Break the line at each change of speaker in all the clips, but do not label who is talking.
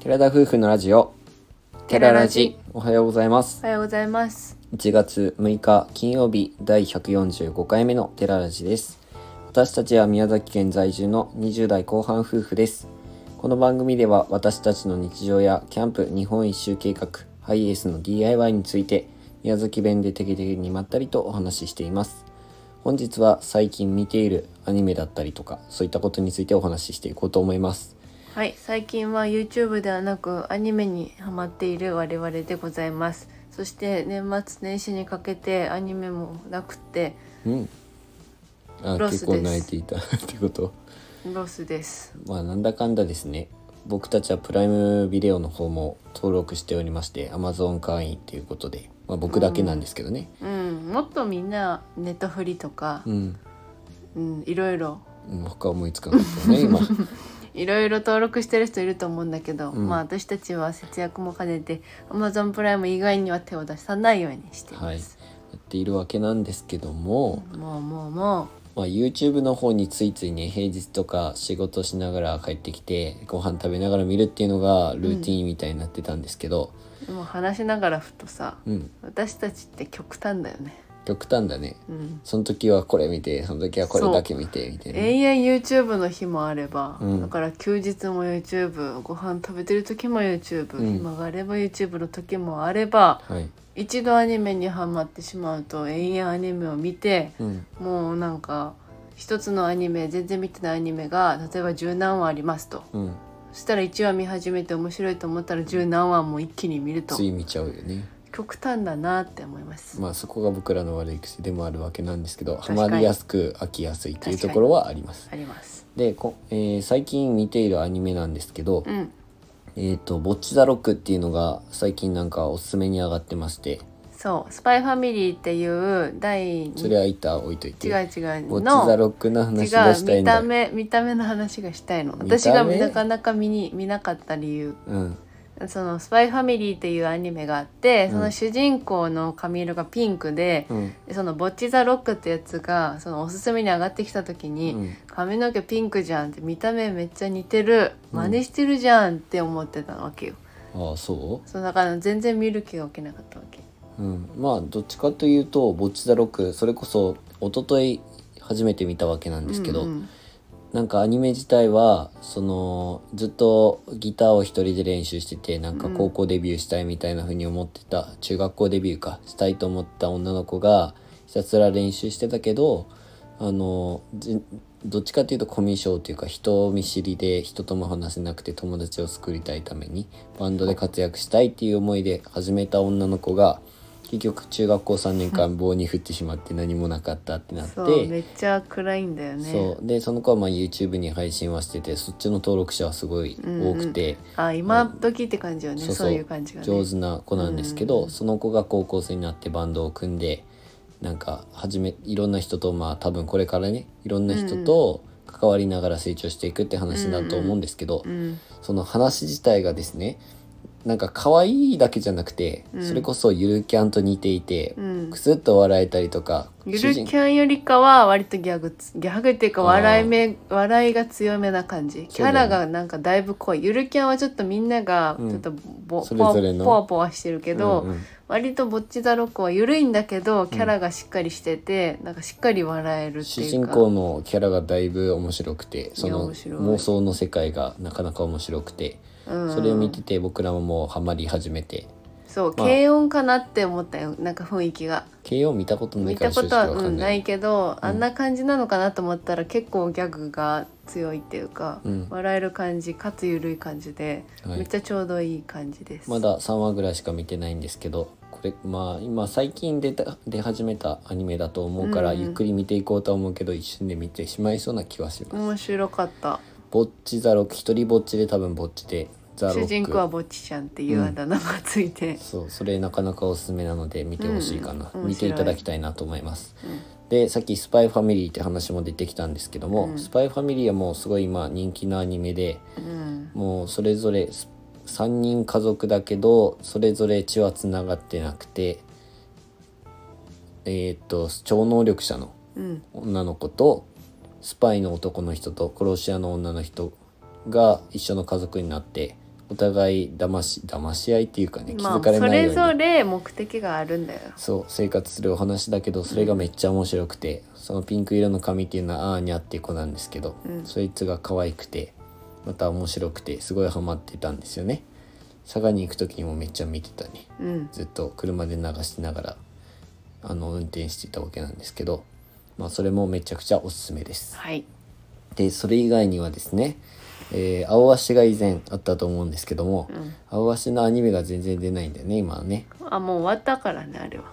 寺田夫婦のラジオ
寺ラジ
おはようございます
おはようございます。
1月6日金曜日第145回目のテララジです私たちは宮崎県在住の20代後半夫婦ですこの番組では私たちの日常やキャンプ日本一周計画ハイエースの DIY について宮崎弁でテキテキにまったりとお話ししています本日は最近見ているアニメだったりとかそういったことについてお話ししていこうと思います
はい、最近は YouTube ではなくアニメにハマっている我々でございます。そして年末年始にかけてアニメもなくて
うんあ
ロス
結構
です
泣いていた ってこと
ロスです。
まあなんだかんだですね僕たちはプライムビデオの方も登録しておりまして Amazon 会員ということで、まあ、僕だけなんですけどね
うん、もっとみんなネットフリとか
う、ん、
うん、いろいろ
うん、他思いつかないですよね今
いろいろ登録してる人いると思うんだけど、
うん
まあ私たちは節約も兼ねて Amazon プライム以外には手を出さないようにしてい
はい
ま
や
す。
っているわけなんですけども、
もうもうも
まあ、YouTube の方についついね平日とか仕事しながら帰ってきてご飯食べながら見るっていうのがルーティンみたいになってたんですけど、
うもう話しながらふとさ、
うん、
私たちって極端だよね。
極端だね
うん
その時はこれ見てその時はこれだけ見てみたいなね
永遠 YouTube の日もあれば、
うん
だから休日も YouTube ご飯食べてる時も YouTube、
うん
暇があれば YouTube の時もあれば
はい、
一度アニメにはまってしまうと永遠アニメを見て
うん、
もうなんか一つのアニメ全然見てないアニメが例えば十何話ありますと
うん、
そしたら1話見始めて面白いと思ったら十何話も一気に見ると
つい見ちゃうよね
極端だなって思います。
まあそこが僕らの悪い癖でもあるわけなんですけどハ
確かに
マりやすく飽きやすいというところはあります。
あります。
でこ、えー最近見ているアニメなんですけど
うん、
「えー、とボッチ・ザ・ロック」っていうのが最近なんかおすすめに上がってまして
そう「スパイファミリー」っていう第
そ
二
れは一旦置いといて
違う違う
ボッチ・ザ・
の
ロックの
違
話がした
う
いん
見
だ
た。目見た目の話がしたいの
見た目
私がなかなか見に見なかった理由
うん
その「スパイファミリー」っていうアニメがあって
ん
その主人公の髪色がピンクで、
うん
でその「ボッチ・ザ・ロック」ってやつがそのおすすめに上がってきた時
う
に、
ん
髪の毛ピンクじゃんって見た目めっちゃ似てる
うん
真似してるじゃんって思ってたわけよ、
ああそ
そうだから全然見る気が起きなかったわけ
う、うん、まあどっちかというと「ボッチ・ザ・ロック」それこそ一昨日初めて見たわけなんですけど、
うんうん
なんかアニメ自体はそのずっとギターを一人で練習しててなんか高校デビューしたいみたいな風に思ってた、中学校デビューかしたいと思った女の子がひたすら練習してたけどあのじどっちかというとコミュ障というか人見知りで人とも話せなくて友達を作りたいためにバンドで活躍したいっていう思いで始めた女の子が結局中学校3年 間棒に振ってしまって何もなかったってなって。
そうめっちゃ暗いんだよね
そうでその子はまあ YouTube に配信はしててそっちの登録者はすごい多くて、
あ今時って感じよね、
そうそ
そうういう感じがね
上手な子なんですけど、その子が高校生になってバンドを組んでなんか始めいろんな人とまあ多分これからねいろんな人と関わりながら成長していくって話だと思うんですけど、
うん
その話自体がですねなんか可愛いだけじゃなくて、
うん
それこそゆるキャンと似ていて、
うん
くすっと笑えたりとか
ゆるキャンよりかは割とギャグつギャグっていうか
あー
笑い目笑いが強めな感じ
そ
キ
うだ
ャ
ね
ラがなんかだいぶ濃いゆるキャンはちょっとみんなが
うん
ちょっとぼ、
それ
ぽわ
ぞれの
ぽわぽわしてるけど、
うんうん
割とぼっちザロックはゆるいんだけどキャラがしっかりしてて、なんかしっかり笑えるって
主
いう
人
か
公のキャラがだいぶ面白くてそ
いや
の
面白い
妄想の世界がなかなか面白くて
うん
それを見てて僕らももうハマり始めて
そう、
まあ
軽音かなって思ったよなんか雰囲気が
KO 見たことない
見
から
たこ
正
と
直
は、
わか
うんん、
な
ないいけど、あんな感じなのかなと思ったら結構ギャグが強いっていうか、
うん
笑える感じかつ緩い感じで、
はい
めっちゃちょうどいい感じです。
まだ3話ぐらいしか見てないんですけどこれまあ今最近出た出始めたアニメだと思うから
うん
ゆっくり見ていこうとは思うけど一瞬で見てしまいそうな気はします。
面白かった
ぼっちザロック一人ぼっちで多分ぼっちでザロック
主人公はぼっちちゃんっていうあだ名がつ いて、
そうそれなかなかおすすめなので見てほしいかな、
うんうん
見ていただきたいなと思います、でさっき「スパイファミリー」って話も出てきたんですけども、
うん
スパイファミリーはもうすごい今人気のアニメで
うん
もうそれぞれす3人家族だけどそれぞれ血はつながってなくてえーっと超能力者の
うん
女の子とスパイの男の人と殺し屋の女の人が一緒の家族になっておお互い騙し騙し合いっていうかね気
ま
づ
あ
かれ
そ
ないよ
れ
うに、
ぞれ目的があるんだよ
そう生活するお話だけどそれがめっちゃ面白くてそのピンク色の髪っていうのはアーニャっていう子なんですけど、
うん
そいつが可愛くてまた面白くてすごいハマってたんですよね佐賀に行く時にもめっちゃ見てたね
うん
ずっと車で流しながらあの運転していたわけなんですけど、まあ、それもめちゃくちゃおすすめです
はい
でそれ以外にはですね、えー、青足が以前あったと思うんですけども、
うん
青足のアニメが全然出ないんだよね今はね
あもう終わったからねあれは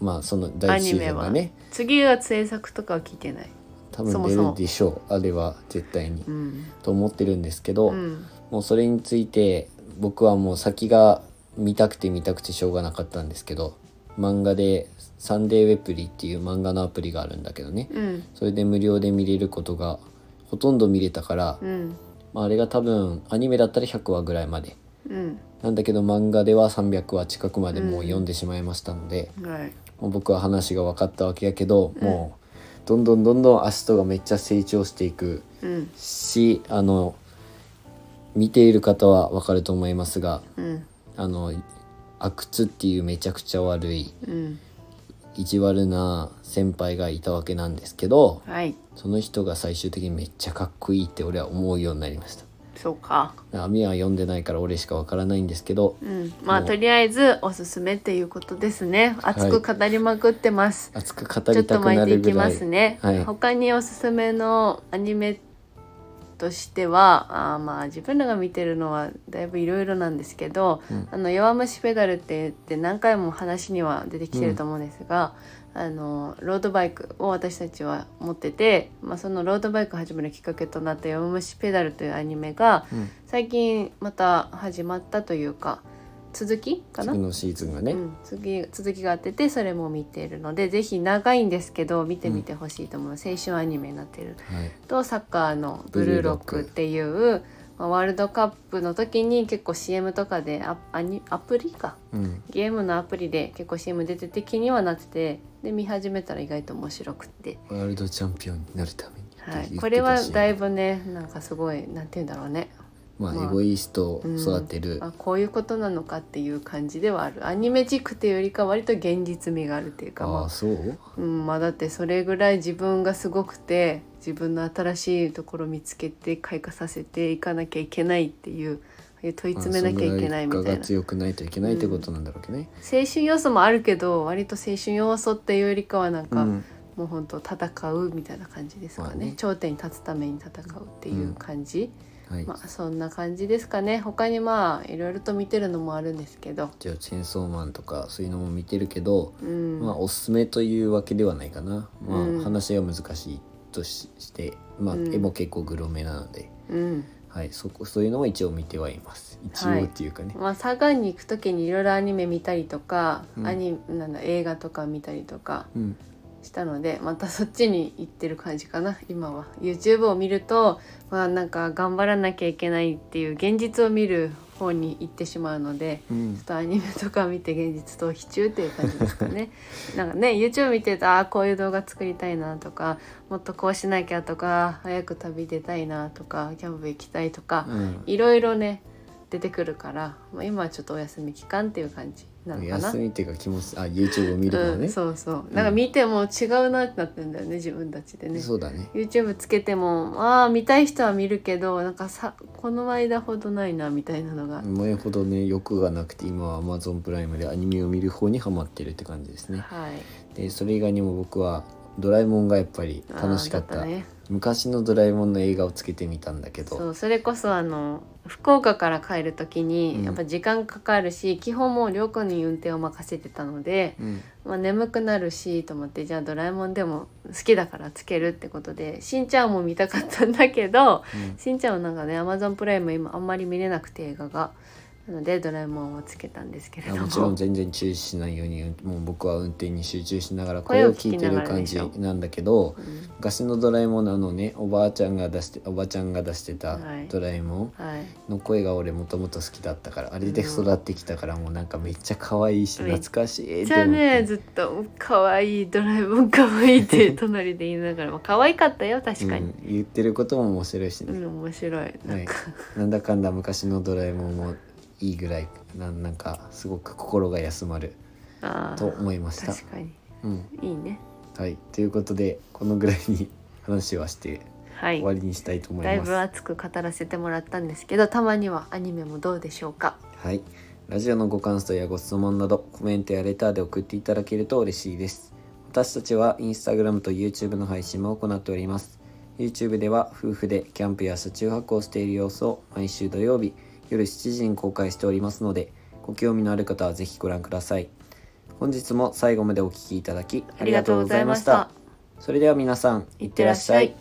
まあその
ア
第一
ニ
シー
メ
ズンが
は
ね
次は制作とかは聞いてない
多
そ
分
も
出
そも
るでしょうあれは絶対に、
うん
と思ってるんですけど、
うん
もうそれについて僕はもう先が見たくて見たくてしょうがなかったんですけど漫画で「サンデーウェプリ」っていう漫画のアプリがあるんだけどね
うん
それで無料で見れることがほとんど見れたから、
うん
まあ、あれが多分アニメだったら100話ぐらいまで
うん
なんだけど漫画では300話近くまでもう読んでしまいましたので、
はい
もう僕は話が分かったわけやけど、もうどんどんどんどんアシトがめっちゃ成長していく
うん
しあの見ている方は分かると思いますが
うん
あの阿久津っていうめちゃくちゃ悪い
うん
意地悪な先輩がいたわけなんですけど
はい
その人が最終的にめっちゃかっこいいって俺は思うようになりました。
そうか
網は読んでないから俺しか分からないんですけど
うんまあ
もう
とりあえずおすすめっていうことですね
い
熱く語りまくってます、
熱く語
ちょっ
りた
と
く
巻
ない
て
る
い
ぐ
き
ら
ま
い
すね、
はい
他におすすめのアニメとしてはあーまあ自分らが見てるのはだいぶいろいろなんですけど「
うん
あの弱虫ペダル」って言って何回も話には出てきてると思うんですが、あのロードバイクを私たちは持ってて、まあ、そのロードバイクを始めるきっかけとなった「弱虫ペダル」というアニメが
うん
最近また始まったというか続きかな
次のシーズンがね、
うん、次続きがあっててそれも見ているのでぜひ長いんですけど見てみてほしいと思う、青春アニメになっている
はい、
とサッカーのブルーロッ
ブルー
クっ
ロック
ていう、まあ、ワールドカップの時に結構 CM とかでアアニアプリか
うん、
ゲームのアプリで結構 CM 出てて気にはなっててで見始めたら意外と面白くって。
ワールドチャンピオンになるためにって
は
言ってたし
い、これはだいぶねなんかすごいなんて言うんだろうね
まあ、
まあ
エゴイストを育てる、
あこういうことなのかっていう感じではあるアニメ軸っていうよりか割と現実味があるっていうかま
ああそう
うん、まあだってそれぐらい自分がすごくて自分の新しいところ見つけて開花させていかなきゃいけないっていうああいう問い詰めなきゃいけないみ
まあそんぐらい
たい
が
な
強くないといけないってことなんだろうけどね、
青春要素もあるけど割と青春要素っていうよりかはなん
うん
か、もう本当戦うみたいな感じですかね,、
まあね
頂点に立つために戦うっていう感じ、
はい、
まあそんな感じですかね他にまあいろいろと見てるのもあるんですけど、
じゃあチェーンソーマンとかそういうのも見てるけど、
うん
まあおすすめというわけではないかな、まあ
うん
話は難しいとししてまあ、
うん
絵も結構グロめなので、
うん
はい、そこそういうのも一応見てはいます一
は
応
い
っていうかね、
まあ、佐賀に行く時にいろいろアニメ見たりとか、
うん
アニなんだ映画とか見たりとか
うん
したのでまたそっちに行ってる感じかな今は YouTube を見るとまあなんか頑張らなきゃいけないっていう現実を見る方に行ってしまうので
うん
ちょっとアニメとか見て現実逃避中っていう感じです かねなんかね YouTube 見てるとああこういう動画作りたいなとかもっとこうしなきゃとか早く旅出たいなとかキャンプ行きたいとか、
うん
いろいろね出てくるから、まあ、今はちょっとお休み期間っていう感じなのかな。
休みっていうか気持ちあ YouTube を見るから
う
ね、
ん、そうそうなんか見ても違うなってなってんだよね自分たちでね
そうだね
YouTube つけてもああ見たい人は見るけどなんかさこの間ほどないなみたいなのが、
前ほどね欲がなくて今は Amazon プライムでアニメを見る方にハマってるって感じですね
はい
でそれ以外にも僕はドラえもんがやっぱり
あー
楽しかった
だね
昔のドラえもんの映画をつけてみたんだけ
そ
ど
うそれこそあの福岡から帰る時
うん
にやっぱ時間かかるし、基本もうりょうくんに運転を任せてたので、
うん
まあ、眠くなるしと思ってじゃあ「ドラえもん」でも好きだからつけるってことで「しんちゃん」も見たかったんだけど、
うん
しんちゃんはなんかね Amazon プライム今あんまり見れなくて映画が。なのでドラえもんをつけたんですけれ
あ
ども
もちろん全然注意しないようにもう僕は運転に集中しながら
声
声
を
を
聞
聞
き
い
な
て
が
る
ら
感
でし
じ
ょ
なんだけど
うん
昔のドラえもんのあのねおばあちゃんが出しておばちゃんが出してた
はい
ドラえもん
はい、
の声が俺もともと好きだったからあれで育ってきたからもうなんかめっちゃ可愛いし
めっ
懐かしいっ
じゃ
て
あ
思っ
ね
て
ずっと「可愛いドラえもん可愛い って隣で言いながらまあ可愛かったよ確か
う
に、
ん言ってることも面白いし
う
ね、
ん、面白いなんか、
なんだかんだ昔のドラえもんもいいぐらいなんなんかすごく心が休まる
ああ
と思いました。
確かに
うん、
いいね
はいということでこのぐらいに話はして
はい
終わりにしたいと思
だ
い
い
ます。
ぶ熱く語らせてもらったんですけどたまにはアニメもどうでしょうか
はい、ラジオのご感想やご質問などコメントやレターで送っていただけると嬉しいです私たちはインスタグラムと YouTube の配信も行っております YouTube では夫婦でキャンプや車中泊をしている様子を毎週土曜日夜7時に公開しておりますのでご興味のある方はぜひご覧ください本日も最後までお聴きいただきありがとうございました
ありがとうございま
それでは皆さんいってらっしゃい